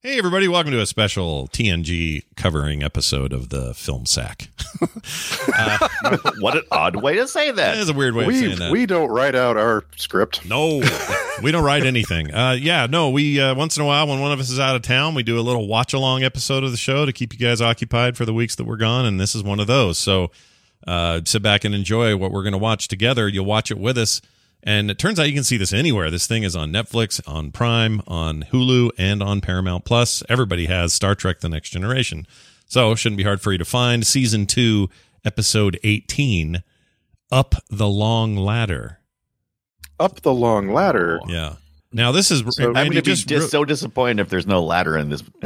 Hey, everybody, welcome to a special TNG covering episode of the Film Sack. uh, what an odd way to say that that. is a weird way of saying We that. we don't write out our script. no, we don't write anything. Uh, yeah, no, we uh, once in a while, when one of us is out of town, we do a little watch along episode of the show to keep you guys occupied for the weeks that we're gone. And this is one of those. So uh, sit back and enjoy what we're going to watch together. You'll watch it with us. And it turns out you can see this anywhere. This thing is on Netflix, on Prime, on Hulu, and on Paramount Plus. Everybody has Star Trek The Next Generation. So shouldn't be hard for you to find. Season 2, Episode 18 Up the Long Ladder. Up the long ladder. Oh. Yeah. Now, this is. So I'm I'm Randy going to be just just wrote- so disappointed if there's no ladder in this.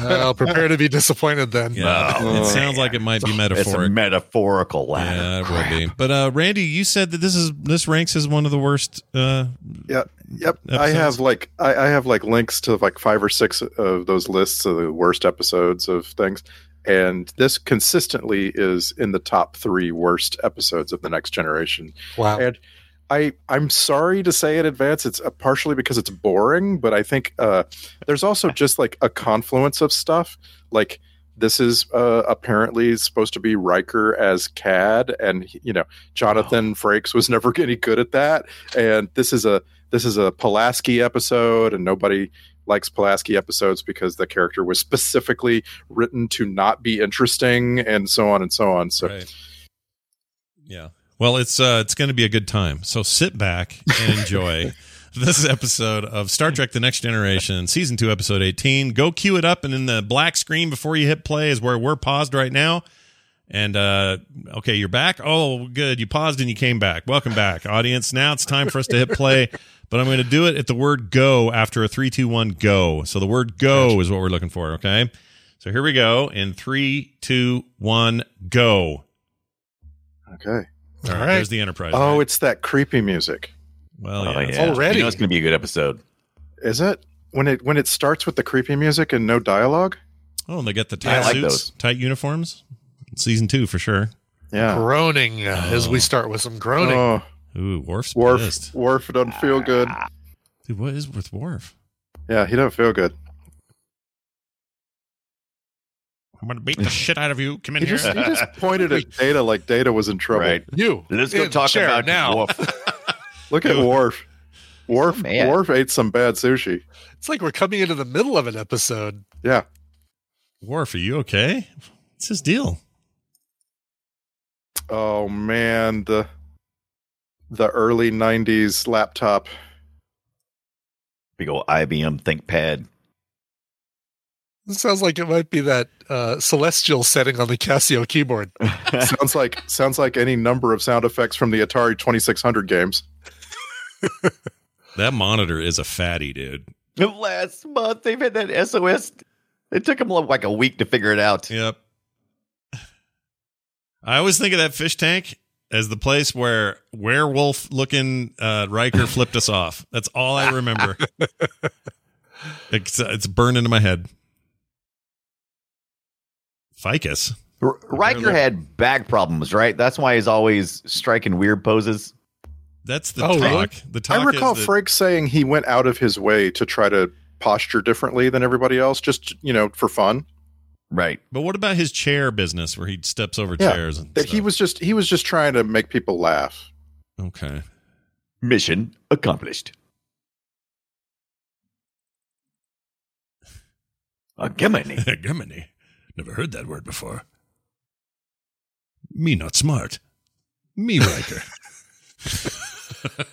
I'll prepare to be disappointed then. Yeah, Oh, it sounds like it might be it's a metaphoric. metaphorical yeah, ladder. it will be. But uh, Randy, you said that this is this ranks as one of the worst. Uh, Yeah. Yep. I have like I, I have like links to like five or six of those lists of the worst episodes of things, and this consistently is in the top three worst episodes of the Next Generation. Wow. And I I'm sorry to say in advance, it's uh, partially because it's boring, but I think uh, there's also just like a confluence of stuff. Like this is uh, apparently supposed to be Riker as Cad, and you know Jonathan Frakes was never any good at that. And this is a this is a Pulaski episode, and nobody likes Pulaski episodes because the character was specifically written to not be interesting, and so on and so on. So right. Yeah. Well, it's uh, it's going to be a good time. So sit back and enjoy this episode of Star Trek: The Next Generation, Season Two, Episode Eighteen. Go cue it up, and in the black screen before you hit play is where we're paused right now. And uh, okay, you're back. Oh, good. You paused and you came back. Welcome back, audience. Now it's time for us to hit play, but I'm going to do it at the word go after a three, two, one, go. So the word go is what we're looking for. Okay. So here we go in three, two, one, go. okay. All right. All right. There's the Enterprise. Oh, right? it's that creepy music. well, Oh, yeah. yeah. Already. You know it's going to be a good episode. Is it when it when it starts with the creepy music and no dialogue? Oh, and they got the Yeah, I tight like suits, those. tight uniforms. Season two for sure. Yeah. Groaning uh, as we start with some groaning. Oh, Ooh, Worf's Worf, pissed. Worf don't feel good. Dude, what is with Worf? Yeah, he don't feel good. I'm gonna beat the shit out of you. Come in He here. just, he just pointed at Data like Data was in trouble. Right. You. Let's go in the talk chair about now. Worf. Look at Worf. Worf, So mad. Worf ate some bad sushi. It's like we're coming into the middle of an episode. Yeah. Worf, are you okay? What's his deal? Oh man, the the early '90s laptop. Big old IBM ThinkPad. It sounds like it might be that uh, celestial setting on the Casio keyboard. sounds like sounds like any number of sound effects from the Atari 2600 games. That monitor is a fatty, dude. Last month they've had that SOS. It took them like a week to figure it out. Yep. I always think of that fish tank as the place where werewolf looking uh, Riker flipped us off. That's all I remember. it's, uh, it's burned into my head. Ficus. R- Riker had back problems, right? That's why he's always striking weird poses. That's the Oh, really? talk. The talk. I recall is that- Frank saying he went out of his way to try to posture differently than everybody else, just you know, for fun. Right. But what about his chair business, where he steps over Yeah, chairs? And That he stuff? was just he was just trying to make people laugh. okay. Mission accomplished. A gimmony. Hegemony. Never heard that word before. Me not smart. Me Riker.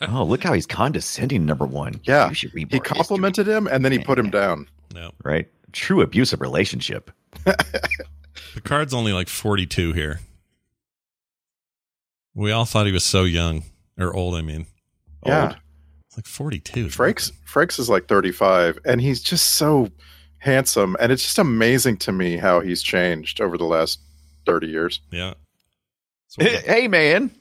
oh, look how he's condescending, number one. Yeah. You should read He more complimented him and then he put him down. no. history. Right? True abusive relationship. Picard's only like 42 here. We all thought he was so young or old, I mean. Yeah. It's like 42. Frakes Frakes is like 35 and he's just so handsome and it's just amazing to me how he's changed over the last 30 years. Yeah. So Hey, hey, man.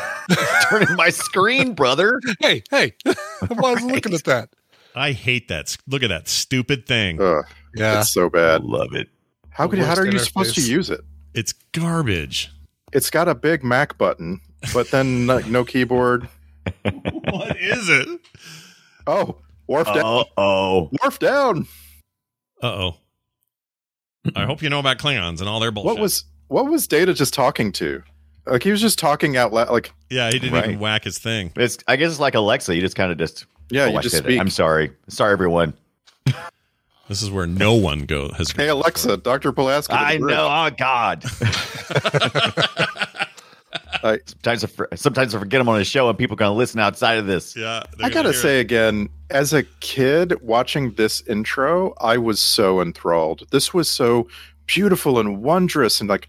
Turning my screen, brother. Hey, hey, I was looking at that. I hate that. s- Look at that stupid thing. Ugh, Yeah. It's so bad. Love it. How could how Worst are you interface. supposed to use it? It's garbage. It's got a big Mac button, but then like no keyboard. what is it? Oh, wharf down. Uh oh. Wharf down. Uh oh. I hope you know about Klingons and all their bullshit. What was what was Data just talking to? Like he was just talking out loud. Like Yeah, he didn't Right. even whack his thing. It's I guess it's like Alexa. You just kind of just yeah, you Alexa just it. speak. I'm sorry. Sorry, everyone. This is where no one go has. Hey Alexa, Doctor Pulaski. I know. Oh God. I- sometimes I for, sometimes I forget I'm on a show and people are gonna listen outside of this. Yeah, they're I gonna gotta hear say it. again, as a kid watching this intro, I was so enthralled. This was so beautiful and wondrous, and like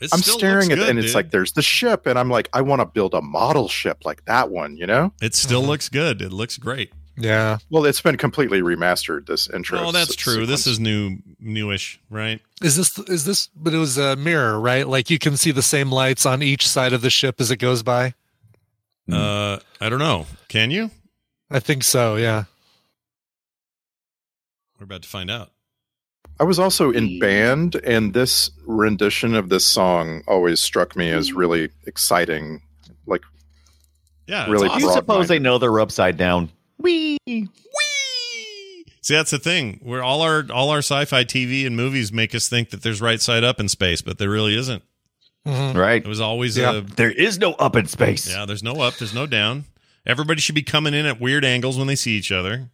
It I'm still looks staring at, good, and it's dude. like there's the ship, and I'm like, I want to build a model ship like that one, you know? it still looks good. It looks great. Yeah. Well, it's been completely remastered. This intro. Oh, that's se- true. This sequence. is new, newish, right? Is this is this? But it was a mirror, right? Like you can see the same lights on each side of the ship as it goes by. Hmm. Uh, I don't know. Can you? I think so. Yeah. We're about to find out. I was also in band, and this rendition of this song always struck me Mm. as really exciting. Like, Yeah, it's Really awesome. Do you broad suppose they minded. know they're upside down? Wee. See, that's the thing. Where all our all our sci-fi TV and movies make us think that there's right side up in space, but there really isn't. Mhm. Right. It was always Yeah. There is no up in a space. yeah. There's no up. There's no down. Everybody should be coming in at weird angles when they see each other.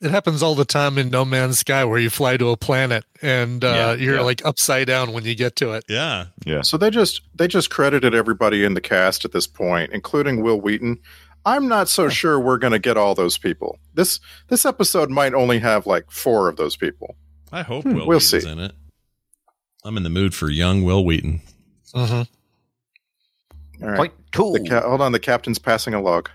It happens all the time in No Man's Sky, where you fly to a planet and uh, Yeah, you're yeah. like upside down when you get to it. Yeah, Yeah. so they just they just credited everybody in the cast at this point, including Will Wheaton. I'm not so sure we're going to get all those people. This this episode might only have like four of those people. I hope Will Hmm, we'll Wheaton's see. in it. I'm in the mood for young Will Wheaton. hmm All right. Point two. The ca- hold on, the captain's passing a log.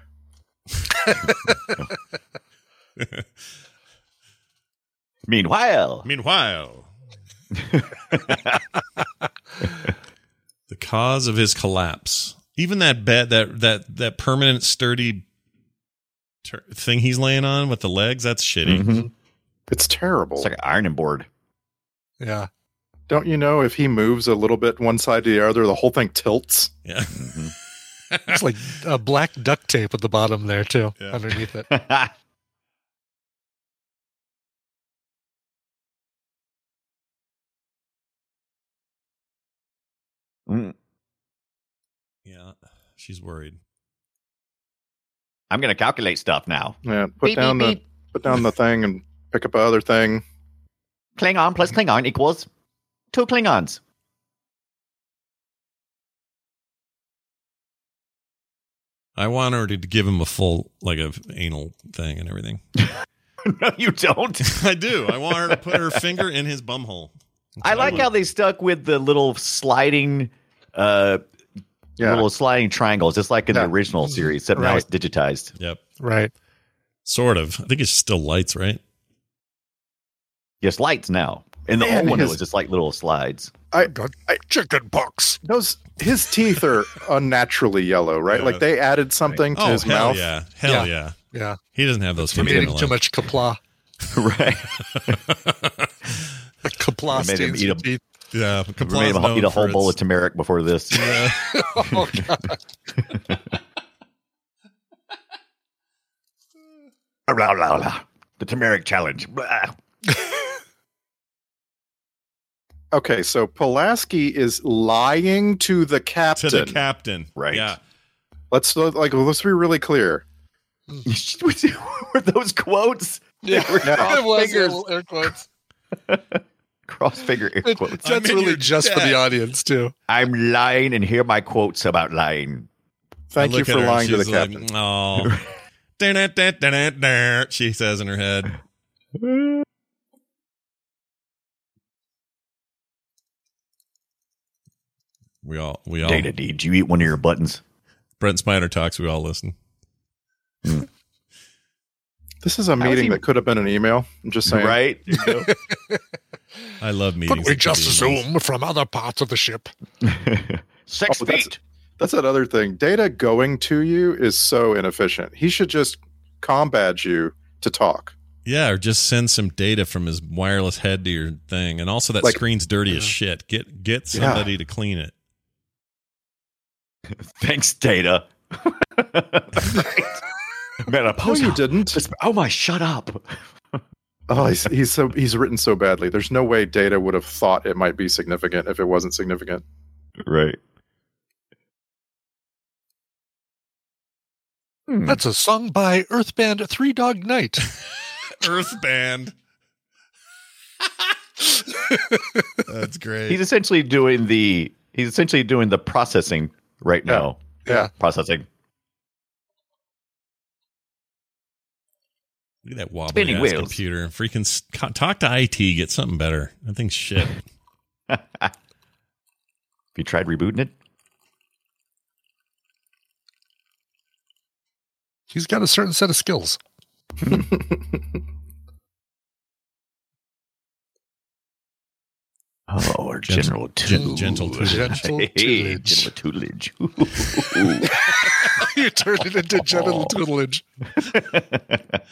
Meanwhile, Meanwhile, the cause of his collapse. Even that bed, that that that permanent sturdy tur thing he's laying on with the legs, that's shitty. Mhm. It's terrible. it's like an ironing board. Yeah. Don't you know if he moves a little bit one side to the other, the whole thing tilts? Yeah, It's like a black duct tape at the bottom there too, Yeah. underneath it. Mm, Mm. yeah, she's worried. I'm gonna calculate stuff now. Yeah, put down the put down the thing and pick up other thing. Klingon plus Klingon equals two Klingons. I want her to give him a full like a anal thing and everything. no, you don't. I do. I want her to put her finger in his bumhole. I like how they stuck with the little sliding, uh, Yeah. little sliding triangles, just like in Yeah. the original series, except now Right. it's digitized. Yep, Right. sort of. I think it's still lights, right? Yes, lights now. In the Man, old one, it his- was just like little slides. I- got chicken pox. Those his teeth are unnaturally yellow, right? Yeah. Like they added something to oh his hell mouth. yeah, hell yeah. Yeah. Yeah. He doesn't have those I'm teeth. in eating the too life. much kapla. right. The kapla made him stains eat your them. teeth. Yeah, We made Kapla's him eat known a whole for bowl of its- turmeric before this. Yeah. Oh, God. Blah, blah, blah. The turmeric challenge. Blah. Okay, so Pulaski is lying to the to captain. the captain. Right. Yeah. let's like let's be really clear. Were those quotes? They were It crossed was fingers. little air quotes. Cross figure air quotes. I'm That's in really your just for the debt. audience too. I'm lying, and here are my quotes about lying. Thank I you look at for her and lying to the she's like, "Mm." captain. "Aw." Da-da-da-da-da-da, she says in her head. We all, we all, Data, did you eat one of your buttons? Brent Spiner talks. We all listen. This is a was meeting he- that could have been an email. I'm just saying. Right? I love meetings. But we with just these ones. assume from other parts of the ship. Six Oh, that's- feet. That's that other thing. Data going to you is so inefficient. He should just combat you to talk. Yeah, or just send some data from his wireless head to your thing, and also that Like- screen's dirty uh-huh. as shit. Get get Yeah. somebody to clean it. Thanks, Data. No, Menopause. you didn't. Oh my! Shut up. Oh, he's, he's so he's written so badly. There's no way Data would have thought it might be significant if it wasn't significant. Right. Hmm. Hmm. That's a song by Earth Band Three Dog Night. Earth band. That's great. He's essentially doing the. He's essentially doing the processing right Yeah. now. Yeah. Processing. Look at that wobbly Spinning ass wheels. computer. Freaking s- co- talk to IT. Get something better. That thing's shit. Have you tried rebooting it? He's got a certain set of skills. Oh, or Gentle- General gen- Tutelage. gentle tutelage. Gentle Hey, tutelage. General Tutelage. Ooh. you turned it into genital tutelage. Did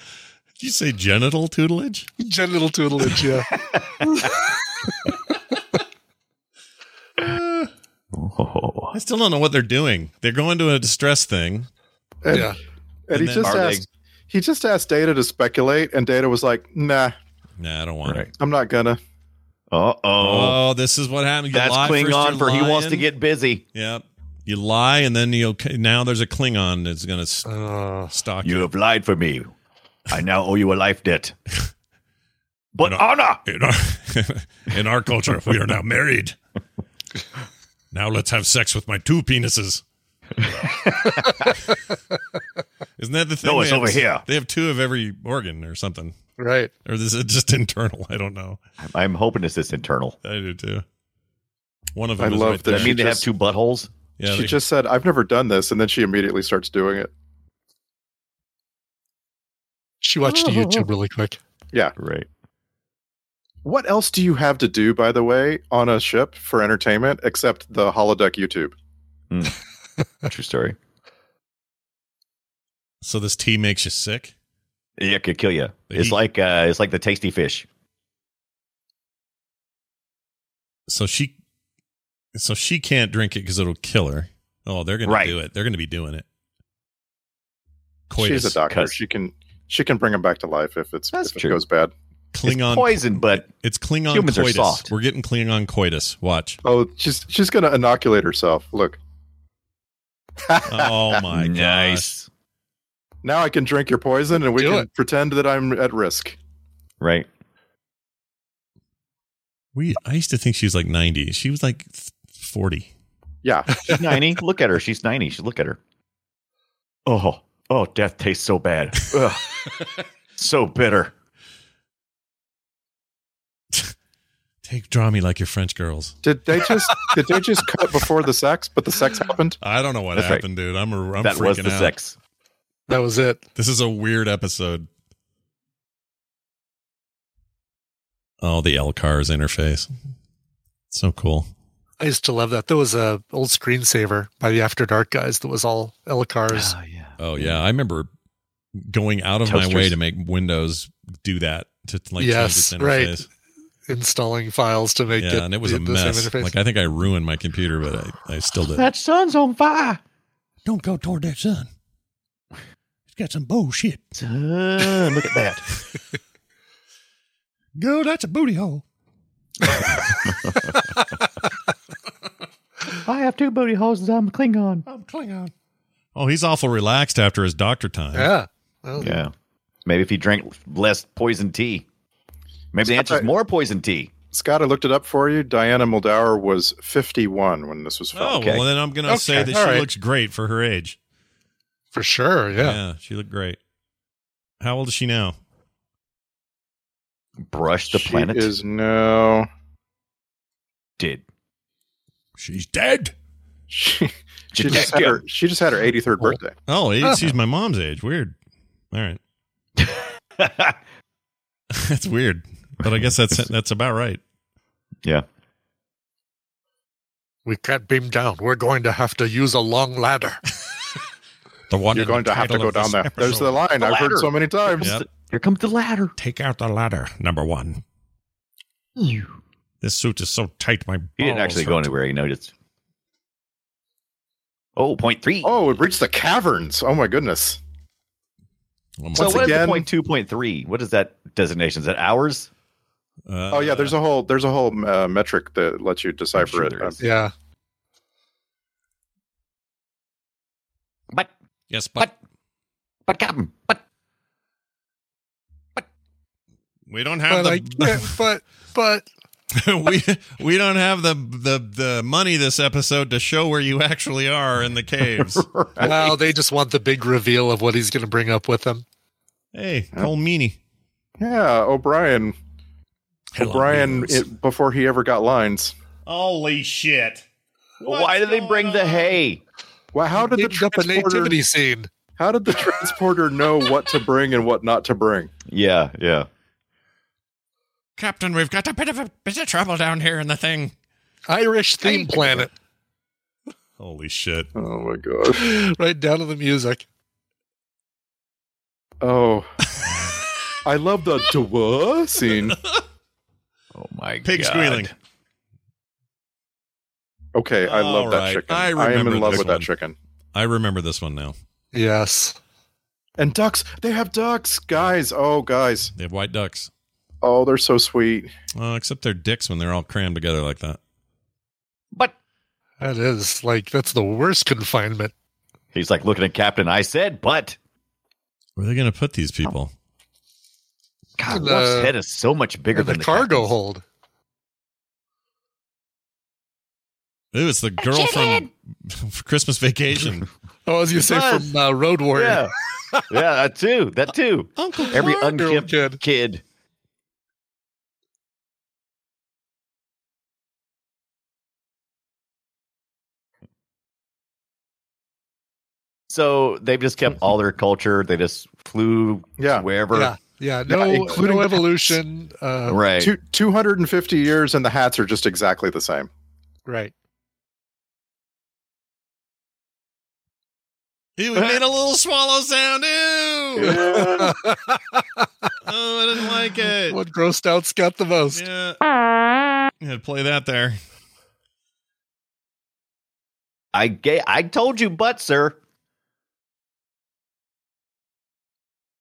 you say genital tutelage? Genital tutelage, yeah. Oh. I still don't know what they're doing. They're going to a distress thing. And, yeah. And and, he then- just Are they- asked he just asked Data to speculate, and Data was like, "Nah, Nah, I don't want Right. it. I'm not gonna." Uh oh. Oh, this is what happened. You That's lie first, Klingon you're for he wants to lying. get busy. Yep. You lie, and then you'll. Now there's a Klingon that's going to Uh, stalk You you. have lied for me. I now owe you a life debt. But You know- honor. In our, in our culture, we are now married. Now let's have sex with my two penises. Isn't that the thing? No, they it's have- over here. They have two of every organ or something. right. Or is it just internal? I don't know. I'm hoping it's this internal. I do too. One of I them is love right that there. Does that mean she they have just- two buttholes? Yeah, she they- just said, "I've never done this," and then she immediately starts doing it. She watched YouTube really quick. Right. What else do you have to do, by the way, on a ship for entertainment except the holodeck YouTube? True story. so this tea makes you sick. Yeah, it could kill you. The It's heat. like uh, it's like the tasty fish. So she, so she can't drink it because it'll kill her. Oh, they're gonna Right. do it. They're gonna be doing it. She's a doctor. Cuz- She can she can bring him back to life if it's That's if it true. goes bad. Klingon It's poison, but It's Klingon Humans are coitus. soft. We're getting Klingon coitus. Watch. Oh, she's she's gonna inoculate herself. Look, Oh my gosh. nice. now I can drink your poison, and we Do can it. pretend that I'm at risk. Right. We I used to think she was like 90. She was like 40. Yeah, She's 90. look at her. She's 90. She look at her. Oh, oh, death tastes so bad. Ugh. so bitter. Take draw me like your French girls. did they just did they just cut before the sex? But the sex happened. I don't know what That's right. happened, dude. I'm a, I'm that freaking was the out. sex. That was it. This is a weird episode. Oh, the L cars interface. So cool. I used to love that. There was a old screensaver by the After Dark guys that was all Elcar's. Ah, yeah. Oh yeah, I remember going out of my way Toasters. to make Windows do that to like Yes, change its right. interface. installing files to make Yeah, it and it was the, a the mess. same interface. Like I think I ruined my computer, but I, I still did. sun's on fire. Don't go toward that sun. It's got some bullshit. Sun, uh, look at that. Girl, that's a booty hole. I have two booty holes and I'm Klingon. I'm Klingon. Oh, he's awful relaxed after his doctor time. yeah. Well, Yeah. Maybe if he drank less poison tea. Maybe the Scott, answer's I- more poison tea. Scott, I looked it up for you. Diana Muldaur was 51 when this was filmed. Oh, well, then I'm going to Okay, say that she all right. looks great for her age. for sure. Yeah. Yeah. she looked great. How old is she now? Brush the She planet is no. did. She's dead. She, she Did just that had go? her. She just had her 83rd birthday. Oh, it- Huh. she's my mom's age. Weird. All right. that's weird. But I guess that's that's about right. yeah. We can't beam down. We're going to have to use a long ladder. The one You're in the going to have to title go of down this there. There's the episode. line I've heard ladder. so many times. Yep. Here comes the ladder. Take out the ladder, number one. This suit is so tight, my balls He didn't actually go hurt. anywhere. He noticed. Oh, point three. Oh, it reached the caverns. Oh my goodness. Oh, my so once what is again- the point two, point three? What is that designation? Is that hours? Uh, oh yeah, there's a whole there's a whole uh, metric that lets you decipher sure it. there Um, is. Yeah. But yes, but but Captain, but we don't But have I can't, the but but we we don't have the the the money this episode to show where you actually are in the caves. well, they just want the big reveal of what he's going to bring up with them. hey, Cole Meany. Yeah, O'Brien. O'Brien it, before he ever got lines. Holy shit! why do they bring the hay? Well, how did the Bigged up a transporter? nativity scene? How did the transporter know what to bring and what not to bring? Yeah, yeah. Captain, we've got a bit of a bit of trouble down here in the thing. Irish theme planet, Holy shit! Oh my god. right down to the music. Oh. I love the duh scene. Oh my Pig god. squealing. Okay, I love that Alright, chicken. I I, am remember in love this with one. that chicken. I remember this one now. Yes. And ducks, they have ducks, guys. Oh, guys. They have white ducks, Oh, they're so sweet. uh, except their dicks when they're all crammed together like that. But That is like that's the worst confinement. he's like looking at Captain. I said, but Where are they going to put these people? God, And, Wolf's uh, head is so much bigger And than the cargo Captain's. hold. Ooh, it's the girl from Christmas Vacation. Oh, as you say does. from uh, Road Warrior. Yeah, yeah, that too. That too. Uncle Every Cargo unkempt kid. kid. So they've just kept all their culture. They just flew Yeah. wherever. yeah, yeah. No, Yeah, including no the evolution. Uh, right. Right. Two, 250 years and the hats are just exactly the same. Ew, it made a little swallow sound. Ew! Oh, I didn't like it. what grossed out Scott the most? Yeah. yeah, play that there. I ga- I told you, but sir.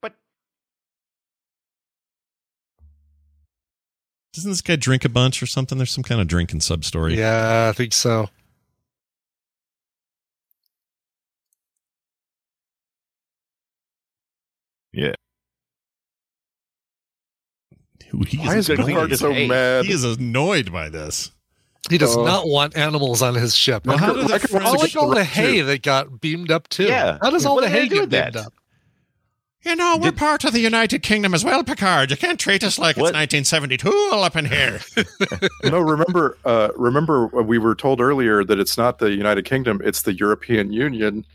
But Doesn't this guy drink a bunch or something? There's some kind of drinking sub story. Yeah, I think so. yeah, He Why is good annoyed. Picard leader. so Hey, mad? He is annoyed by this. He does Oh. not want animals on his ship. Well, how How, do the I can- friends- how like all the Correct, hay too. that got beamed up too? Yeah. How does all What the do they hay do get with that? beamed up? You know, we're Did- part of the United Kingdom as well, Picard. You can't treat us like What? it's 1972 all up in here. no, remember, uh, remember, we were told earlier that it's not the United Kingdom; it's the European Union.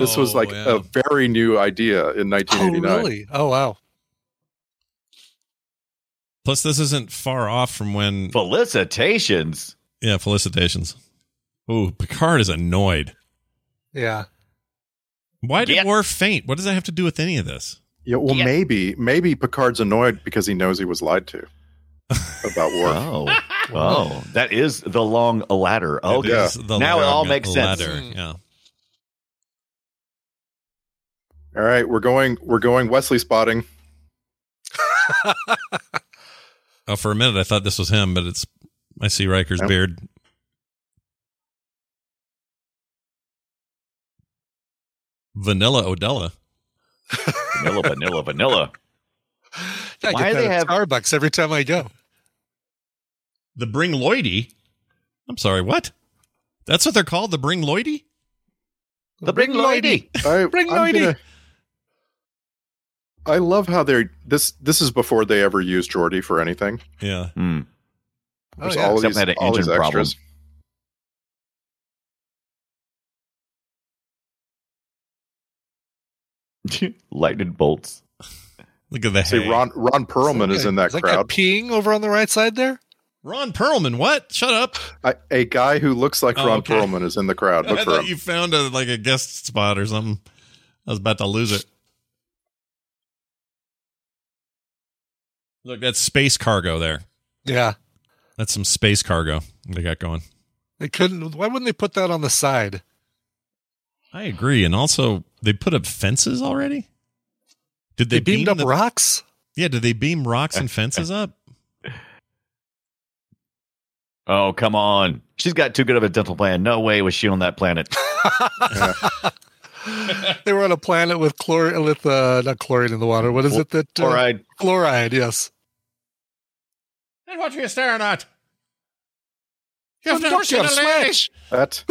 this was Oh, like yeah. a very new idea in Oh, 1989. really? Oh, wow. Plus, this isn't far off from when. felicitations. Yeah, felicitations. Ooh, Picard is annoyed. Yeah. Why did Yeah. Worf faint? What does that have to do with any of this? Yeah, well, Yeah. maybe, maybe Picard's annoyed because he knows he was lied to about war. Oh, oh, that is the long ladder. Oh, It yeah. is the Now it all long makes sense. ladder, Mm. Yeah. All right, we're going, we're going Wesley spotting. Oh, for a minute I thought this was him, but it's I see Riker's Yep. beard. Vanilla Odella. vanilla, vanilla, vanilla. Why I get do that they at have- Starbucks every time I go. The Bring Lloydie? I'm sorry, what? That's what they're called? The Bring Lloydie? The Big Lady. I, Bring I'm Lloydie. gonna- I love how they're this. This is before they ever used Geordie for anything. Yeah. Hmm. Oh, There's yeah. all Except these, they had an all these engine problem. extras. Lightning bolts. Look at that. Say Ron Ron Perlman is in that Is guy crowd. peeing over on the right side there? Ron Perlman, what? Shut up. I, a guy who looks like Oh, Ron okay. Perlman is in the crowd. Look I for thought him. you found a, like a guest spot or something. I was about to lose it. Look, that's space cargo there. Yeah. That's some space cargo they got going. They couldn't. Why wouldn't they put that on the side? I agree. And also, they put up fences already? Did They, they, beamed beam up the- rocks. Yeah, did they beam rocks and fences up? Oh, come on. She's got too good of a dental plan. No way was she on that planet. They were on a planet with chlor with uh, not chlorine in the water. What is it that uh, All right. Fluoride, yes. And what are you staring at? Of course you have smash. That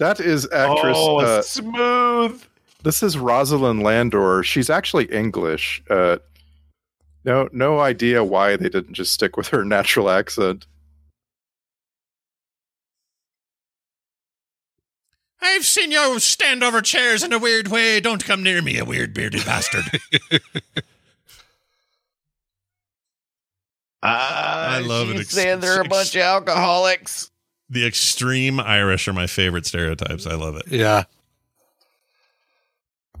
that is actress. oh, uh, smooth. this is Rosalind Landor. She's actually English. Uh, no, no idea why they didn't just stick with her natural accent. I've seen you stand over chairs in a weird way. Don't come near me, a weird bearded bastard. I love it. Ah, she's Saying they're a bunch of alcoholics. the extreme Irish are my favorite stereotypes. I love it. Yeah.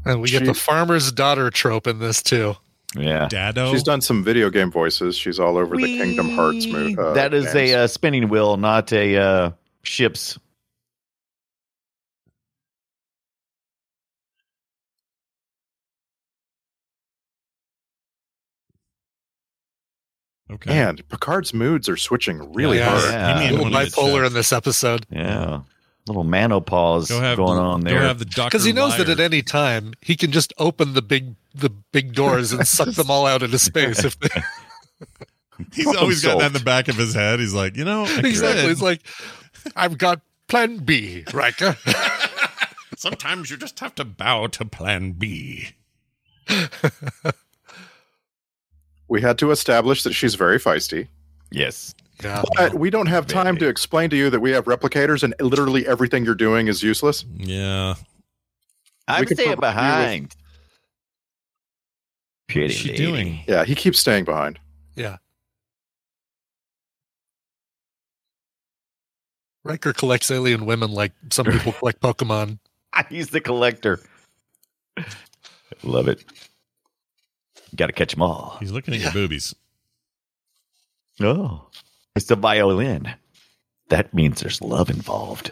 And we get the She- farmer's daughter trope in this too. Yeah. Dado. She's done some video game voices. She's all over the Kingdom Hearts movie. Uh, that is names. a uh, spinning wheel, not a uh, ship's. Okay. man. Picard's moods are switching really Yeah. hard. Yeah. A You mean little one of the bipolar chaps. in this episode Yeah. Little manopause Go have going on there. Go have the doctor. because he knows liar. that at any time he can just open the big the big doors and suck them all out into space. If they, he's always got that in the back of his head. He's like, you know, I exactly, could. it's like I've got Plan B, Riker. sometimes you just have to bow to Plan B. We had to establish that she's very feisty. yes. yeah. But we don't have time to explain to you that we have replicators and literally everything you're doing is useless. Yeah, I'm could staying provide behind. Pretty What's she lady. doing? Yeah, he keeps staying behind. Yeah. Riker collects alien women like some people collect Pokemon. He's the collector. Love it. Got to catch them all. he's looking at your boobies. Oh, it's the violin. That means there's love involved.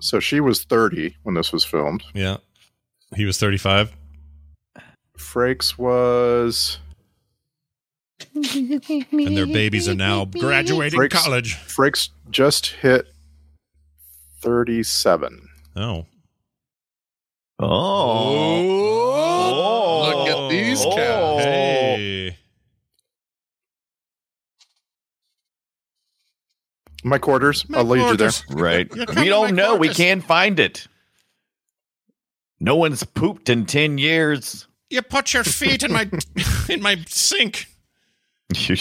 So she was 30 when this was filmed. Yeah, he was thirty-five. Frakes was and their babies are now graduating Freaks. college. Frakes just hit 37. Oh, Oh, look at these Oh. cats. Hey. My quarters. I'll lead you right. You're coming We to don't my know. We quarters. can't find it. No one's pooped in 10 years. You put your feet in my in my sink. It's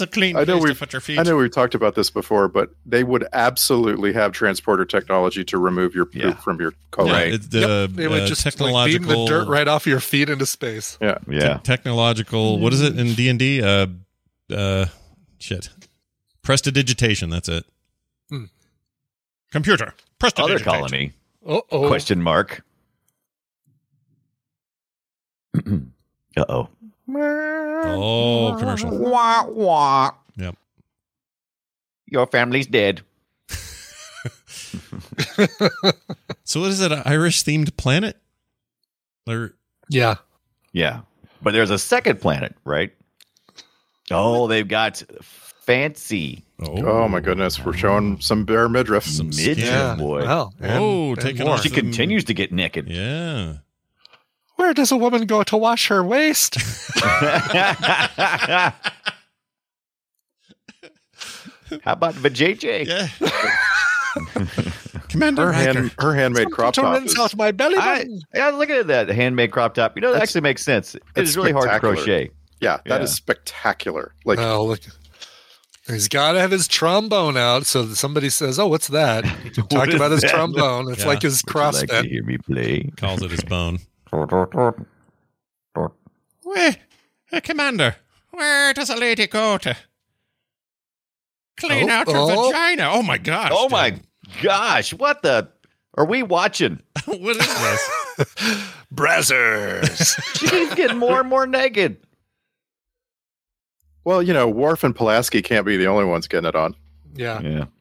a clean there. I know place to we've put your feet. I know we've talked about this before, but they would absolutely have transporter technology to remove your poop Yeah. from your Yeah, color. it's the They would uh, just like, beam technological the dirt right off your feet into space. yeah. technological what is it in D&D uh uh shit. Prestidigitation, that's it. Hmm. Computer. Prestidigitation. Other colony? Uh oh. Question mark. uh oh. Oh, commercial. Wah, wah. Yep. Your family's dead. So what is it? An Irish themed planet? Or Yeah. Yeah. But there's a second planet, right? Oh, they've got fancy Oh my goodness, we're showing some bare midriff. Some midget skin. boy. Well. Whoa, taking off she some- continues to get naked. Yeah. Where Where does a woman go to wash her waist? How about Vijay? Yeah. Her Commander hand, Riker. her handmade crop to top. rinse Is, out my belly I, button. yeah, look at that handmade crop top. You know, that That's- actually makes sense. It that's is really hard to spectacular. crochet. yeah, that is Yeah. spectacular. Like Uh, oh, look. He's got to have his trombone out so that somebody says, Oh, what's that? He What talked is about his that? trombone. It's Yeah. like his Would you like to crossband. hear me play? Calls it his bone. Oh Where, uh, Commander, where does a lady go to clean Oh, out her oh. vagina? Oh my gosh! Oh dude. my gosh! What the? Are we watching? what is this? Brazzers. She's getting more and more naked. Well, you know, Worf and Pulaski can't be the only ones getting it on. yeah. Yeah.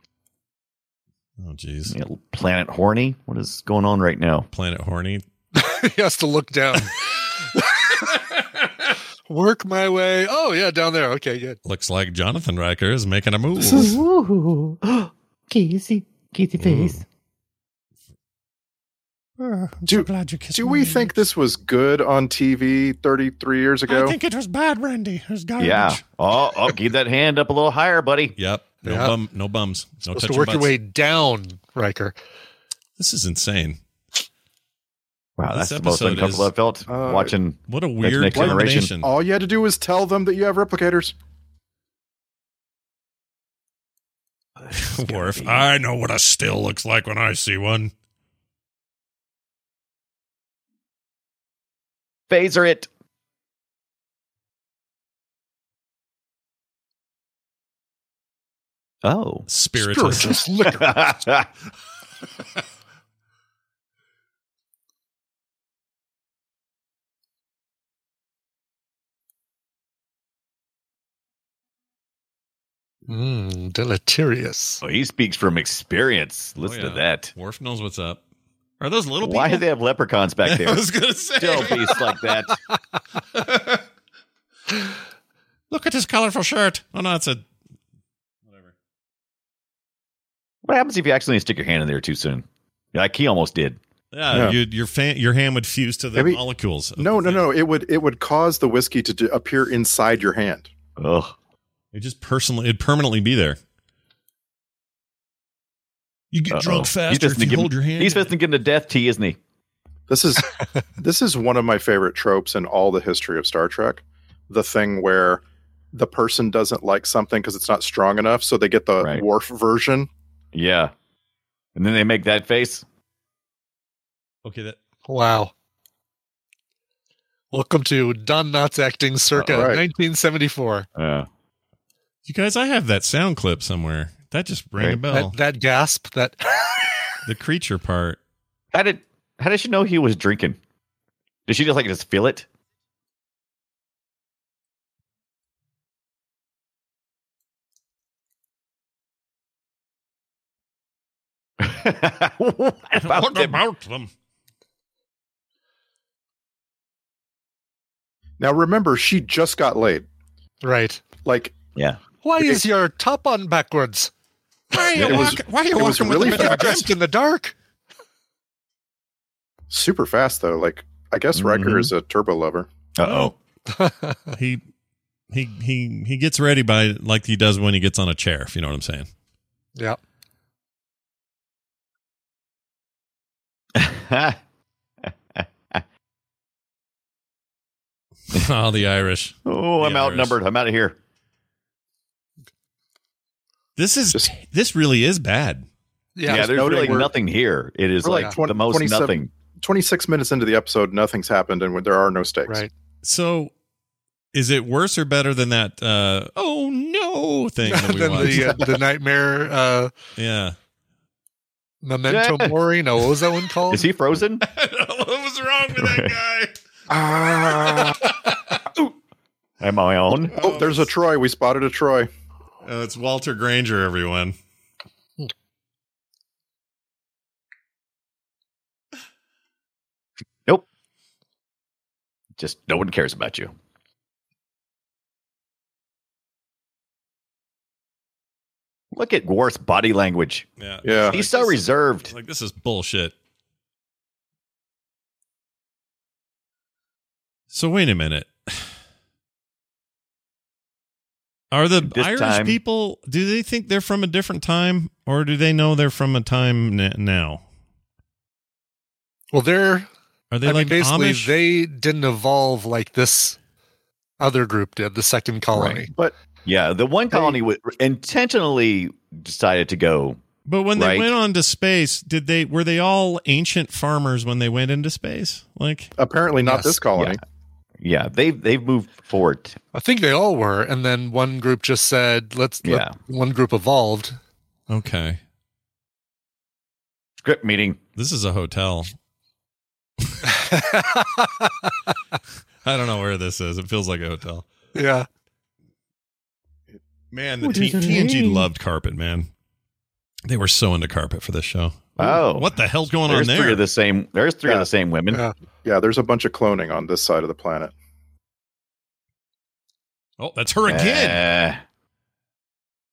Oh, jeez. You know, Planet horny. What is going on right now? Planet horny. he has to look down. Work my way. Oh, yeah, down there. Okay, good. Looks like Jonathan Riker is making a move. Mm, Kissy, kissy face. Uh, I'm Do- so glad you kissed Do me, we Randy. think this was good on TV 33 years I ago? think it was bad, Randy. It was garbage. Yeah. Oh, oh, keep that hand up a little higher, buddy. Yep. No Yeah. bum. No bums. No Supposed touching to work your butts. way down, Riker. This is insane. Wow, This that's the most episode uncomfortable is- I felt Uh, watching. What a That's weird next generation. combination. Oh, All you had to do was tell them that you have replicators. Worf. I know what a still looks like when I see one. Phaser it. Oh. Spiritus. Oh, Mm, deleterious. So Oh, he speaks from experience. Listen Oh, yeah. to that. Worf knows what's up. Are those little Why do people? they have leprechauns back I there? was gonna say. Still beasts like that. Look at his colorful shirt. Oh no, it's a whatever. What happens if you accidentally stick your hand in there too soon? Like he almost did. Yeah, Yeah. You, your fan, your hand would fuse to the Maybe- molecules. of No, the no, thing. no. It would it would cause the whiskey to d- appear inside your hand. Ugh. It just personally, it'd permanently be there. You get Uh-oh. drunk He's faster just if you giving- hold your hand. He's in just getting a death tea, isn't he? This is this is one of my favorite tropes in all the history of Star Trek. The thing where the person doesn't like something because it's not strong enough, so they get the Right. Worf version. Yeah. And then they make that face. it. Okay, that Wow. Welcome to Don Knotts acting circa All right. 1974. Yeah. you guys, I have that sound clip somewhere. That just rang a Right. bell. That, that gasp, that the creature part. How did how did she know he was drinking? Did she just like just feel it? what about what them? about them? Now remember, she just got laid. right. Like Yeah. Why is your top on backwards? Why are you It was- walking? Why are you it was walking really with a bit of a fast. dress? Dressed in the dark. super fast though. Like I guess Riker Mhm. is a turbo lover. Uh oh. He he he he gets ready by like he does when he gets on a chair. If you know what I'm saying. yeah. oh, the Irish. oh, I'm The Irish. outnumbered. I'm out of here. This is Just- this really is bad. Yeah. Yeah, just there's noting really we're- nothing here. It is we're like, like twen- the most 27 nothing. 26 minutes into the episode, nothing's happened and there are no stakes. Right. So, is it worse or better than that? Uh, oh no, thing that we then watched. the, uh, the nightmare uh, yeah, memento Yeah. mori. No, what was that one called? Is he frozen? what was wrong with that guy? Ah. Am I on? Oh, there's a Troy. We spotted a Troy. Uh, it's Walter Granger, everyone. Just no one cares about you. Look at Worf's body language. Yeah, Yeah. He's so reserved. Like this is bullshit. So wait a minute. Are the This Irish time- people do they think they're from a different time or do they know they're from a time n- now? Well, they're Are they I mean, like basically Amish? they didn't evolve like this other group did, the second colony. But Yeah, the one colony w- intentionally decided to go. but when they right. went on to space, did they were they all ancient farmers when they went into space? Like apparently not Yes. this colony. Yeah, they've they've moved forward. I think they all were, and then one group just said, "Let's." Yeah. Let, one group evolved. okay, Script meeting. this is a hotel. I don't know where this is. It feels like a hotel. yeah. Man, the What T- is her TNG name? loved carpet, man. They were so into carpet for this show. Oh, What the hell's going There's on three there? of the same. There's three Yeah. of the same women. Yeah. Yeah, there's a bunch of cloning on this side of the planet. Oh, that's her again.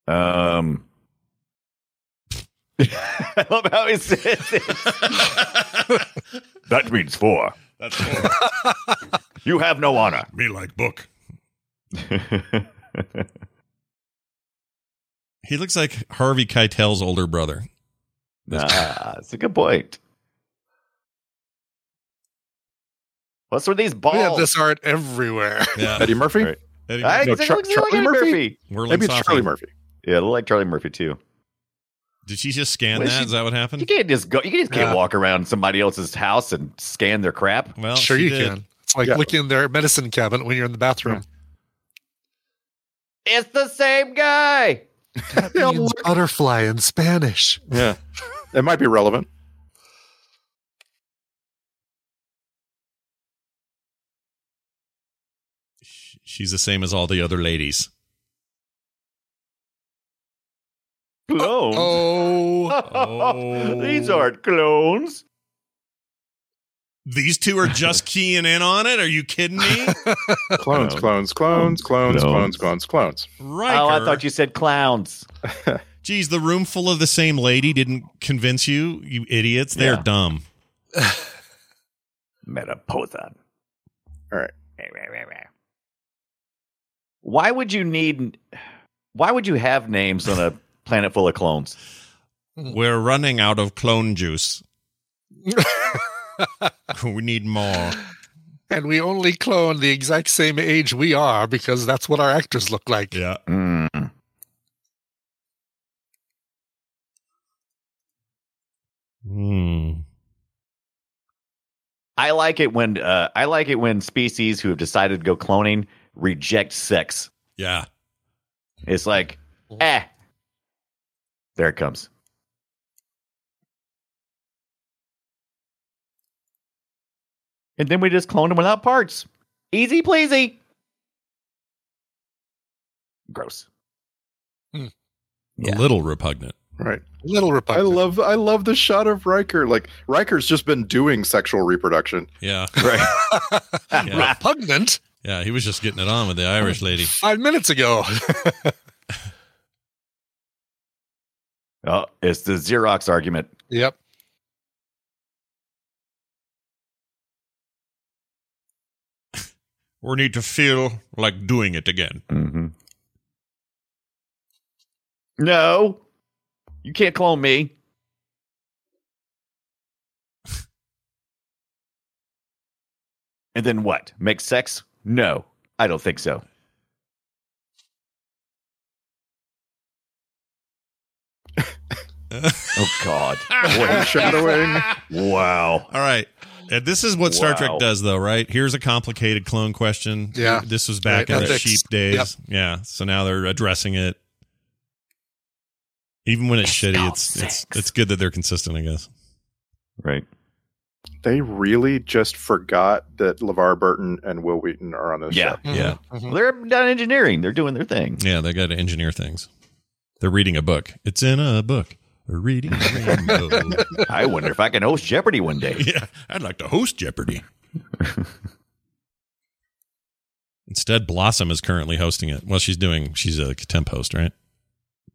Uh, um. I love how he says that means four. That's horrible. You have no honor. me like book. He looks like Harvey Keitel's older brother. ah, it's a good point. What's with these balls? We have this art everywhere. Yeah. Eddie Murphy? Right. Eddie I, Murphy. No, it Char- looks Charlie like Eddie Murphy? Murphy. Whirling Maybe it's Sausage. Charlie Murphy. Yeah, it looked like Charlie Murphy too. Did she just scan Wait, that? she- Is that what You happened? can't just go. You just can't Yeah. walk around somebody else's house and scan their crap. Well, sure she you did. can. It's like Yeah. looking in their medicine cabinet when you're in the bathroom. It's the same guy. That means butterfly in Spanish. Yeah. it might be relevant. She's the same as all the other ladies. Clones. Oh, Oh. These aren't clones. These two are just keying in on it. Are you kidding Oh, me? Clones, clones, clones, clones, clones, clones, clones. Right. Oh, I thought you said clowns. Geez, the room full of the same lady didn't convince you, you idiots. They're Yeah. dumb. Metapothon. All right. Why would you need? Why would you have names on a planet full of clones? We're running out of clone juice. we need more. and we only clone the exact same age we are because that's what our actors look like. Yeah. Mm. Hmm. I like it when uh, I like it when species who have decided to go cloning reject sex. Yeah. It's like, eh, there it comes. And then we just clone them without parts. Easy pleasy. Gross. A little repugnant. Right. Little I repugnant. love I love the shot of Riker. Like Riker's just been doing sexual reproduction. Yeah. Right. Yeah. repugnant. Yeah. He was just getting it on with the Irish lady. Five minutes ago. oh, it's the Xerox argument. yep. We need to feel like doing it again. Mm-hmm. No, you can't clone me. and then what? Make sex? No, I don't think so. oh God! What? Shadowing. Mm-hmm. Wow. All right. And this is what Star Trek Wow. does, though, right? Here's a complicated clone question. Yeah. This was back in Right, the ethics. sheep days. Yeah. So now they're addressing it. Even when it's, shitty, it's, it's it's good that they're consistent, I guess. Right. They really just forgot that LeVar Burton and Will Wheaton are on this Yeah. show. Yeah. Mhm. Well, they're done engineering. They're doing their thing. Yeah, they got to engineer things. They're reading a book. It's in a book. We're Reading a rainbow. I wonder if I can host Jeopardy one day. yeah, I'd like to host Jeopardy. Instead, Blossom is currently hosting it. Well, she's doing. She's a temp host, right?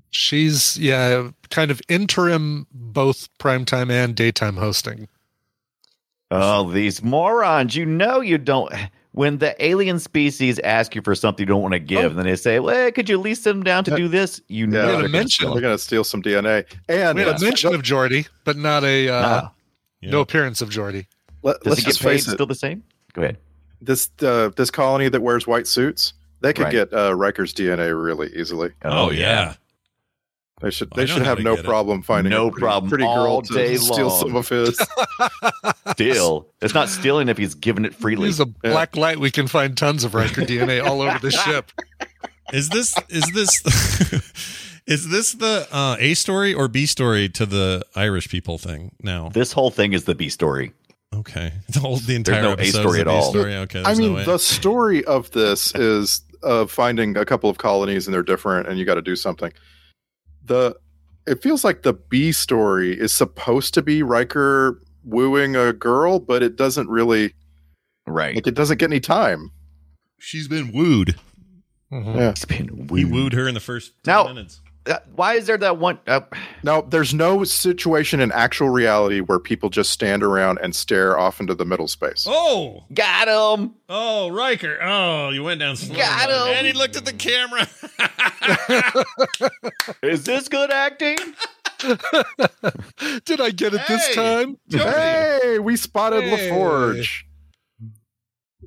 She's yeah, kind of interim both primetime and daytime hosting. Oh, these morons. You know you don't. when the alien species ask you for something you don't want to give, Oh. and then they say, "Well, could you lease them down to Yeah. do this?" You know, Yeah. We they're had a gonna- mention. They're going to steal some DNA. And We had a let's- mention of Jordy, but not a uh, Ah, Yeah. no appearance of Jordy. let, does us it get just paid? face it. Still the same? Go ahead. this uh, this colony that wears white suits, they could Right. get uh, Riker's DNA really easily. Oh, yeah. They I should Oh, they know should how have to no get it. problem finding No a pretty, problem pretty girl all to day steal long. some of his. Steal. It's not stealing if he's giving it freely. Use a black light. We can find tons of Riker DNA all over the ship. Is this is this is this the uh, A story or B story to the Irish people thing now? This whole thing is the B story. Okay, the whole the entire no A episode is story the at B all. Story. Okay, I there's no mean, way. the story of this is uh, finding a couple of colonies and they're different, and you got to do something. The it feels like the B story is supposed to be Riker wooing a girl, but it doesn't really Right. like it doesn't get any time. she's been wooed. Mhm. Yeah. It's been He weird. wooed her in the first ten Now- minutes. Uh, why is there that one? Uh, Now, there's no situation in actual reality where people just stand around and stare off into the middle space. Oh, got him. oh, Riker. Oh, you went down slow. Got him. And he looked at the camera. Is this good acting? Did I get it this Hey! time? Hey, we spotted Hey. LaForge.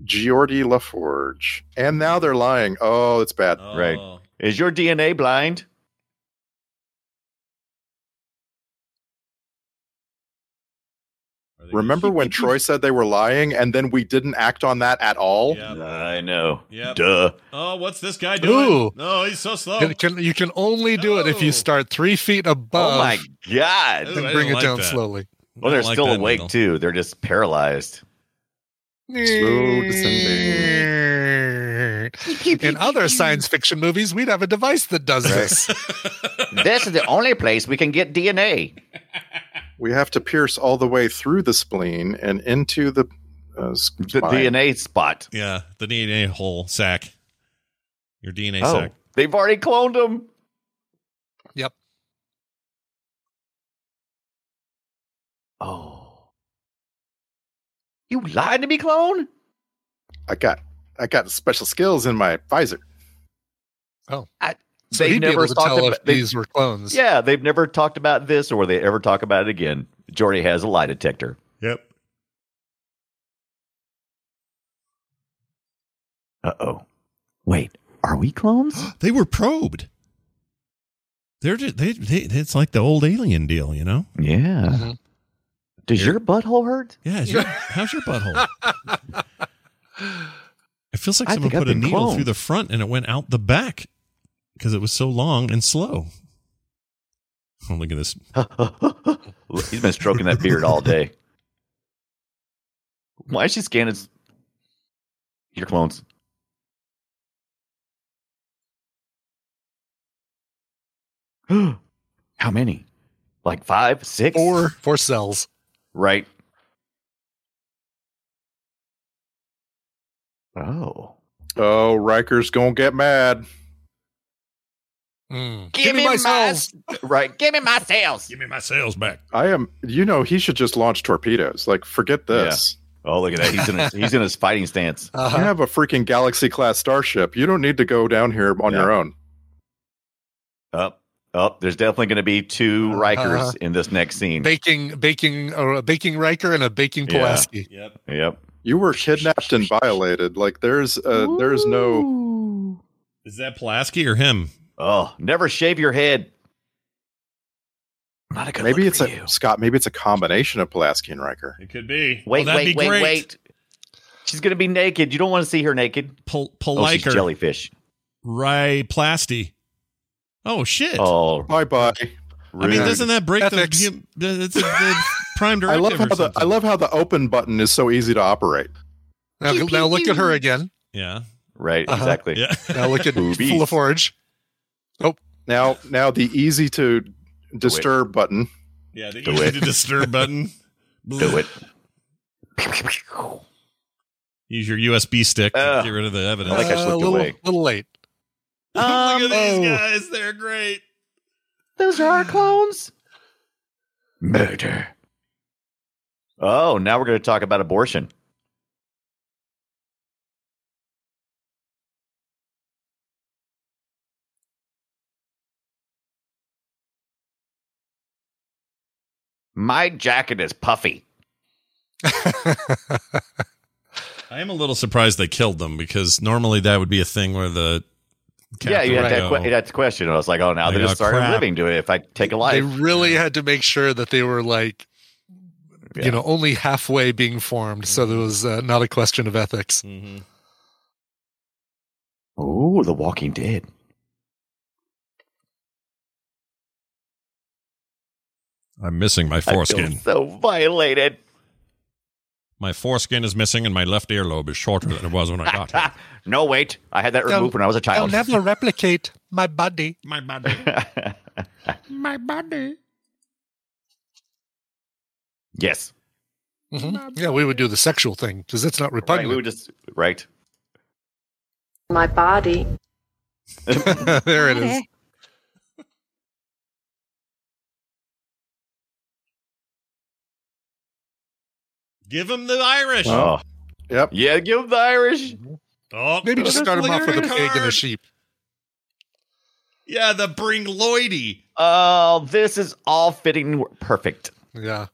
Geordie LaForge. And now they're lying. Oh, it's bad. Oh. Right. Is your DNA blind? Are they- Remember when Troy said they were lying and then we didn't act on that at all? Yep. I know. Uh, Yep. Duh. Oh, what's this guy doing? Ooh. No, he's so slow. Can, can- you can only do it if No. you start three feet above Oh my Ooh, god. I and didn't bring it like down that. slowly. Well, they're I don't like still that awake middle. too. They're just paralyzed. Slow In other science fiction movies, we'd have a device that does this. this is the only place we can get DNA. We have to pierce all the way through the spleen and into the uh, spine. The DNA spot. Yeah, the DNA hole sack. Your DNA oh, sack. they've already cloned him. Yep. Oh, you lied to me, clone. I got I got special skills in my visor. So They he'd be never able to talked tell if about- they- these were clones. Yeah, they've never talked about this, or they ever talk about it again. Jordy has a lie detector. Yep. Uh oh. Wait, are we clones? They were probed. They're just, they, they it's like the old alien deal, you know? yeah. Mhm. Does your butthole hurt? Yeah, is your, how's your butthole? It feels like I someone think I've put a been needle cloned. through the front and it went out the back because it was so long and slow. Oh, look at this. He's been stroking that beard all day. Why is she scanning s- your clones? How many? Like five, six? Four, four cells. Right. Oh. Oh, Riker's gonna get mad. Mm. Give me my- Right. Give me my sales. Give me my sales back. I am you know, he should just launch torpedoes. Like, forget this. Oh, look at that. He's in his, he's in his fighting stance. Uh-huh. You have a freaking galaxy class starship. You don't need to go down here on Yeah. your own. Up. Up. There's definitely going to be two Rikers Uh-huh. in this next scene. Baking, baking, or a baking Riker and a baking Yeah. Pulaski. Yep. yep. You were kidnapped and violated. Like there's uh, there's no Is that Pulaski or him? Oh, never shave your head. Not a good maybe look it's for a you. Scott. Maybe it's a combination of Pulaski and Riker. It could be. Wait, Well, that'd wait, be wait, great. wait. She's going to be naked. You don't want to see her naked. Pul- Oh, she's Puliker. jellyfish. Right, plasty. Oh shit! Oh, Bye bye. I mean, rude. doesn't that break Ethics. the, hum- the, it's a, the prime I directive? love how or the something. I love how the open button is so easy to operate. Now, now look at her again. Yeah, right, Uh-huh. exactly. yeah. Now look at Boobies. Full of Forge. Now now the easy to disturb button. Yeah, the Do easy it. to disturb button. Do it. Use your USB stick to Ugh. get rid of the evidence. I like I Uh, slipped a little, away. little late. Look at um, these oh. guys; they're great. Those are our clones. Murder. Oh, now we're going to talk about abortion. My jacket is puffy. I am a little surprised they killed them because normally that would be a thing where the yeah, you had captain that, would que- go, that's the question. I was like, oh, now Like, they're just oh, starting crap. living to it. If I take a they life, really had to make sure that they were like, Yeah. Mm. you know, only halfway being formed, so there was uh, not a question of ethics. Mhm. oh, The Walking Dead. I'm missing my I feel foreskin. so violated. My foreskin is missing, and my left earlobe is shorter than it was when I got here. Ah, no, wait. I had that They'll- removed when I was a I'll child. never replicate my body. My body. My body. yes. Mm-hmm. Yeah, we would do the sexual thing because it's not Right. repugnant. We would just right. My body. there it is. Give him the Irish. Oh. Yep. Yeah, give 'em the Irish. Oh, Maybe just start him off with a pig and a card. sheep. Yeah, the bring Lloydie. Oh, this is all fitting perfect. Yeah.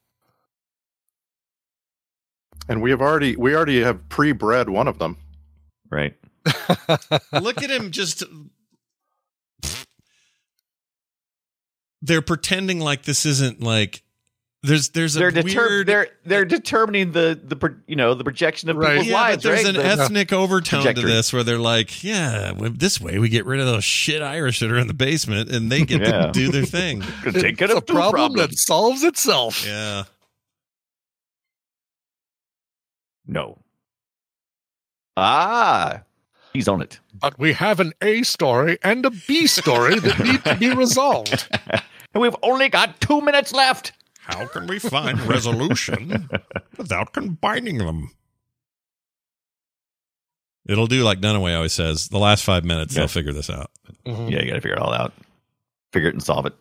And we have already we already have pre-bred one of them. Right. Look at him just. They're pretending like this isn't like. There's there's a They're weird. deter- they're they're determining the the pro- you know the projection of Right. people's yeah, lives. but there's right? an The- ethnic overtone to trajectory. this where they're like, yeah, well, this way we get rid of those shit Irish that are in the basement, and they get Yeah. to do their thing. Could take care it's a of two problem that problems. solves itself. Yeah, No. Ah, he's on it. But we have an A story and a B story that need to be resolved. And we've only got two minutes left. how can we find resolution without combining them? It'll do like Dunaway always says. The last five minutes, Yeah. they'll figure this out. Yeah, you got to figure it all out. Figure it and solve it.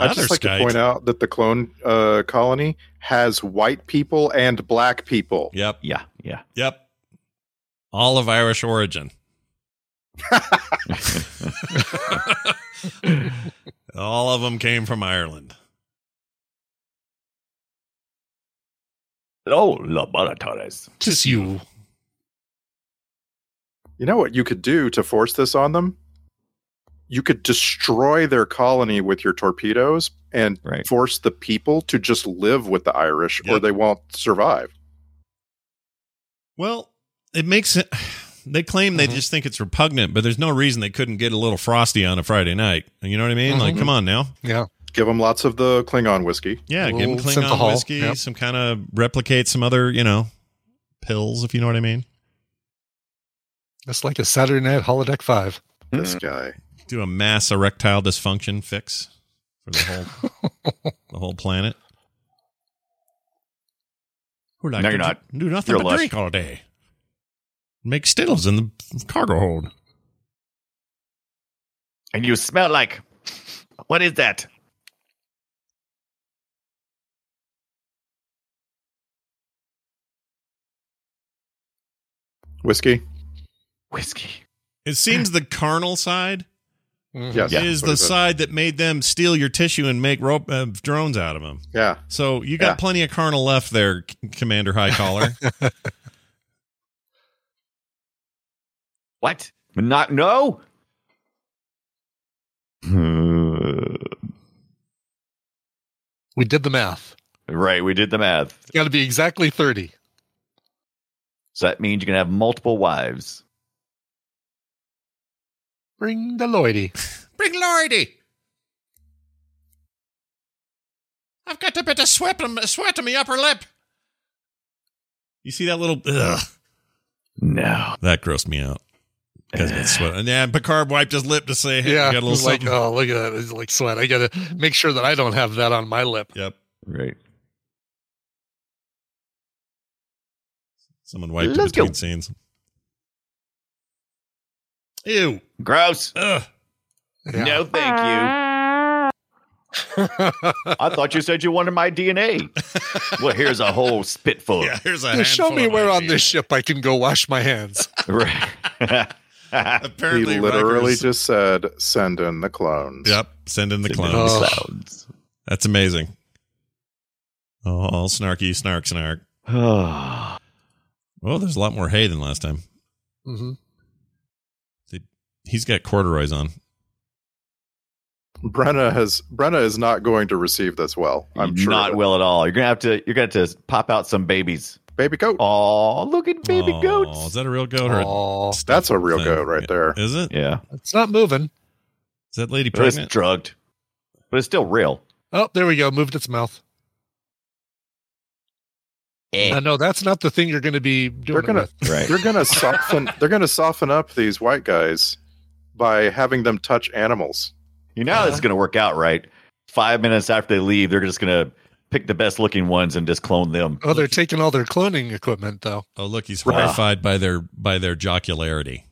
I just like to Blatherskite. point out that the clone uh, colony has white people and black people. Yep. Yeah, yeah. Yep. All of Irish origin. All of them came from Ireland. Oh, laboratories. Just you. You know what you could do to force this on them? You could destroy their colony with your torpedoes and Right. force the people to just live with the Irish, or Yep. they won't survive. Well, it makes it. They claim they just think it's repugnant, but there's no reason they couldn't get a little frosty on a Friday night. You know what I mean? Like, Mhm. come on now. Yeah. Give them lots of the Klingon whiskey. Yeah, A give them little Klingon synthahol, whiskey, yep. some kind of replicate some other, you know, pills, if you know what I mean. It's like a Saturday Night Holodeck 5. This Mm. guy. Do a mass erectile dysfunction fix for the whole the whole planet. We're No, to you're not. Do nothing You're but lush. drink all day. Make stills in the cargo hold. And you smell like. What is that? Whiskey? Whiskey. It seems the carnal side Mm-hmm. Yes. Yeah. Mm-hmm. is What the it? side that made them steal your tissue and make rope uh, drones out of them. Yeah. So you got Yeah. plenty of carnal left there, C- Commander High Collar. What? Not no. We did the math. right, we did the math. It's got to be exactly 30. So that means you can have multiple wives. Bring the Lloydie. Bring Lloydie. I've got a bit of sweat on, sweat on my upper lip. you see that little ugh, No. that grossed me out. Guys got sweat. And yeah, Picard wiped his lip to say, "Hey, Yeah. we got a little it's like, something." oh, look at that. It's like sweat. I got to make sure that I don't have that on my lip. Yep. Right. Someone wiped in Let's between go. scenes. Ew. Gross. Ugh. Yeah. No, thank you. I thought you said you wanted my DNA. well, here's a whole spitful. Yeah, here's a Just show handful me of where my on this DNA. ship I can go wash my hands. Right. Apparently, he literally Riker's- just said, "Send in the clones." Yep, send in the Send in the clowns. clowns. That's amazing. Oh, all snarky, snark, snark. Oh, Well, there's a lot more hay than last time. Mm-hmm. hmm He's got corduroys on. Brenna has Brenna is not going to receive this well. I'm sure. not of it. well at all. You're gonna have to. You're gonna have to pop out some babies. Baby goat. Oh, look at baby Aw, Is goats. that a real goat or a Oh, That's a real thing? goat right there. Is it? Yeah, it's not moving. Is that lady but it's pregnant? drugged, but it's still real. Oh, there we go. Moved its mouth. Eh. I know that's not the thing you're going to be doing. They're it gonna with. Right. they're gonna soften they're gonna soften up these white guys by having them touch animals. You know how this is going to work out, right? Five minutes after they leave, they're just going to pick the best looking ones and just clone them. Oh, they're taking all their cloning equipment though. oh, look, he's Right. horrified by their by their jocularity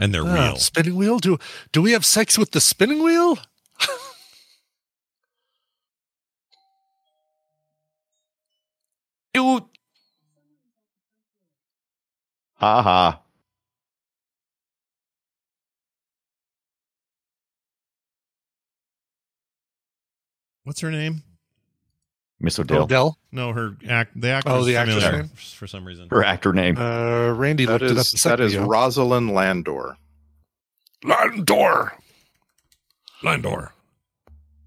and their Ah, wheels. spinning wheel? Do do we have sex with the spinning wheel? You. Ha ha. What's her name? Oh, Miss Odell. Odell. No, her act. The actress. Oh, the actress familiar name? for some reason. Her actor name. Uh, Randy That looked it up. is a that second is ago. Rosalind Landor. Landor. Landor.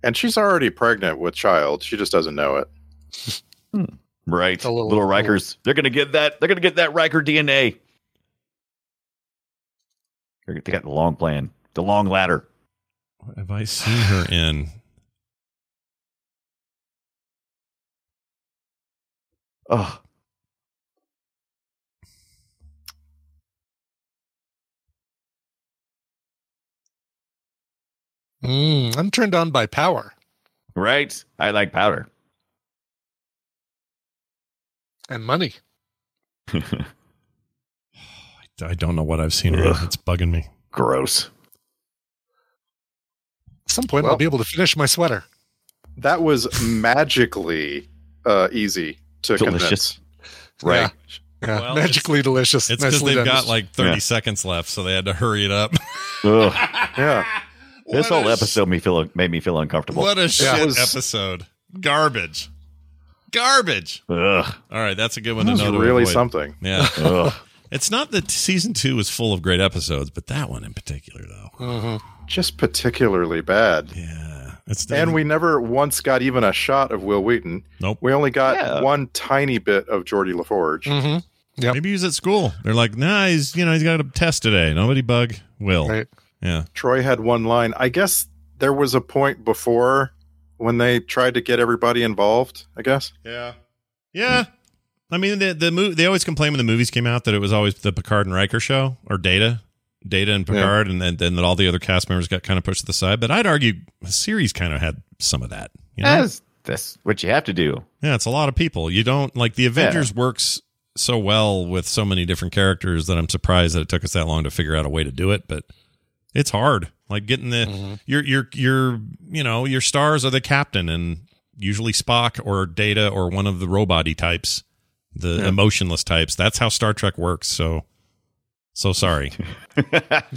And she's already pregnant with child. She just doesn't know it. right. It's a little- little, Rikers. They're going to get that. They're going to get that Riker DNA. They're- They got the long plan, the long ladder. What have I seen her in? Oh, Mm, I'm turned on by power, right. I like powder. and money. I don't know what I've seen her in. Ugh. It's bugging me. Gross. At some point, I'll Well- be able to finish my sweater. That was magically uh, easy to Delicious. convince. Right. Yeah, Well, it's- magically delicious. It's because Nicely they've done. got like 30 Yeah. seconds left, so they had to hurry it up. Ugh. Yeah. This What whole a episode me feel made me feel uncomfortable. What a shit was- episode. Garbage. Garbage. Ugh. All right, that's a good one That to was know. to really avoid. something. Yeah. Ugh. it's not that season two was full of great episodes, but that one in particular, though. Mhm. Just particularly bad. Yeah. It's the, And we never once got even a shot of Will Wheaton. Nope. We only got Yeah. one tiny bit of Geordie LaForge. Mhm. Yep. Maybe he's at school. They're like, nah, he's you know he's got a test today. Nobody bug Will. Right. Yeah. Troy had one line. I guess there was a point before when they tried to get everybody involved, I guess. Yeah. Yeah. I mean, the the mo- they always complain when the movies came out that it was always the Picard and Riker show or Data, Data and Picard, and then then that all the other cast members got kind of pushed to the side. But I'd argue the series kind of had some of that. You know? That's, that's what you have to do. Yeah, it's a lot of people. You don't like the Avengers works so well with so many different characters that I'm surprised that it took us that long to figure out a way to do it, but it's hard. Like getting Mm-hmm. the your your your you know, your stars are the captain and usually Spock or Data or one of the robot types, the emotionless types. That's how Star Trek works, so so sorry.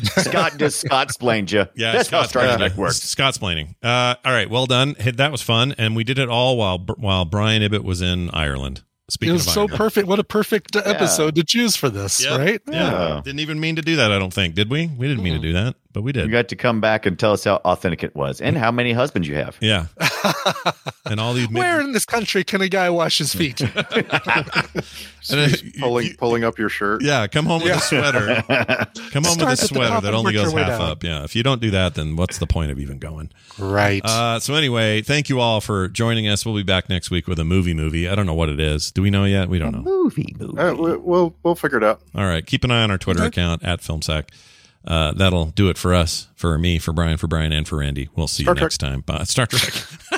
Scott just Scott splained you. Yeah, that's how Star Scott's Trek planning. works. Scott's planning. Uh, all right, well done. Hey, That was fun, and we did it all while while Brian Ibbett was in Ireland. Speaking It was of so Ireland. perfect. What a perfect uh, episode to choose for this, Yep. right? Yeah. Yeah. Didn't even mean to do that, I don't think. Did we? We didn't mean to do that, but we You did. got to come back and tell us how authentic it was and how many husbands you have. yeah. and all these Where in this country can a guy wash his feet? and, uh, Pulling you- pulling up your shirt. yeah, come home with a sweater. Come home with Start a at the sweater top that and only work your goes way half down. up. Yeah. If you don't do that, then what's the point of even going? right. Uh, so anyway, thank you all for joining us. We'll be back next week with a movie movie. I don't know what it is. Do we know yet? We don't know. Movie, movie. All right, Uh, we- we'll we'll figure it out. All right. Keep an eye on our Twitter account at FilmSack. Uh, that'll do it for us, for me, for Brian, for Brian, and for Randy. We'll see Star you Trek. next time. Bye. Star Trek.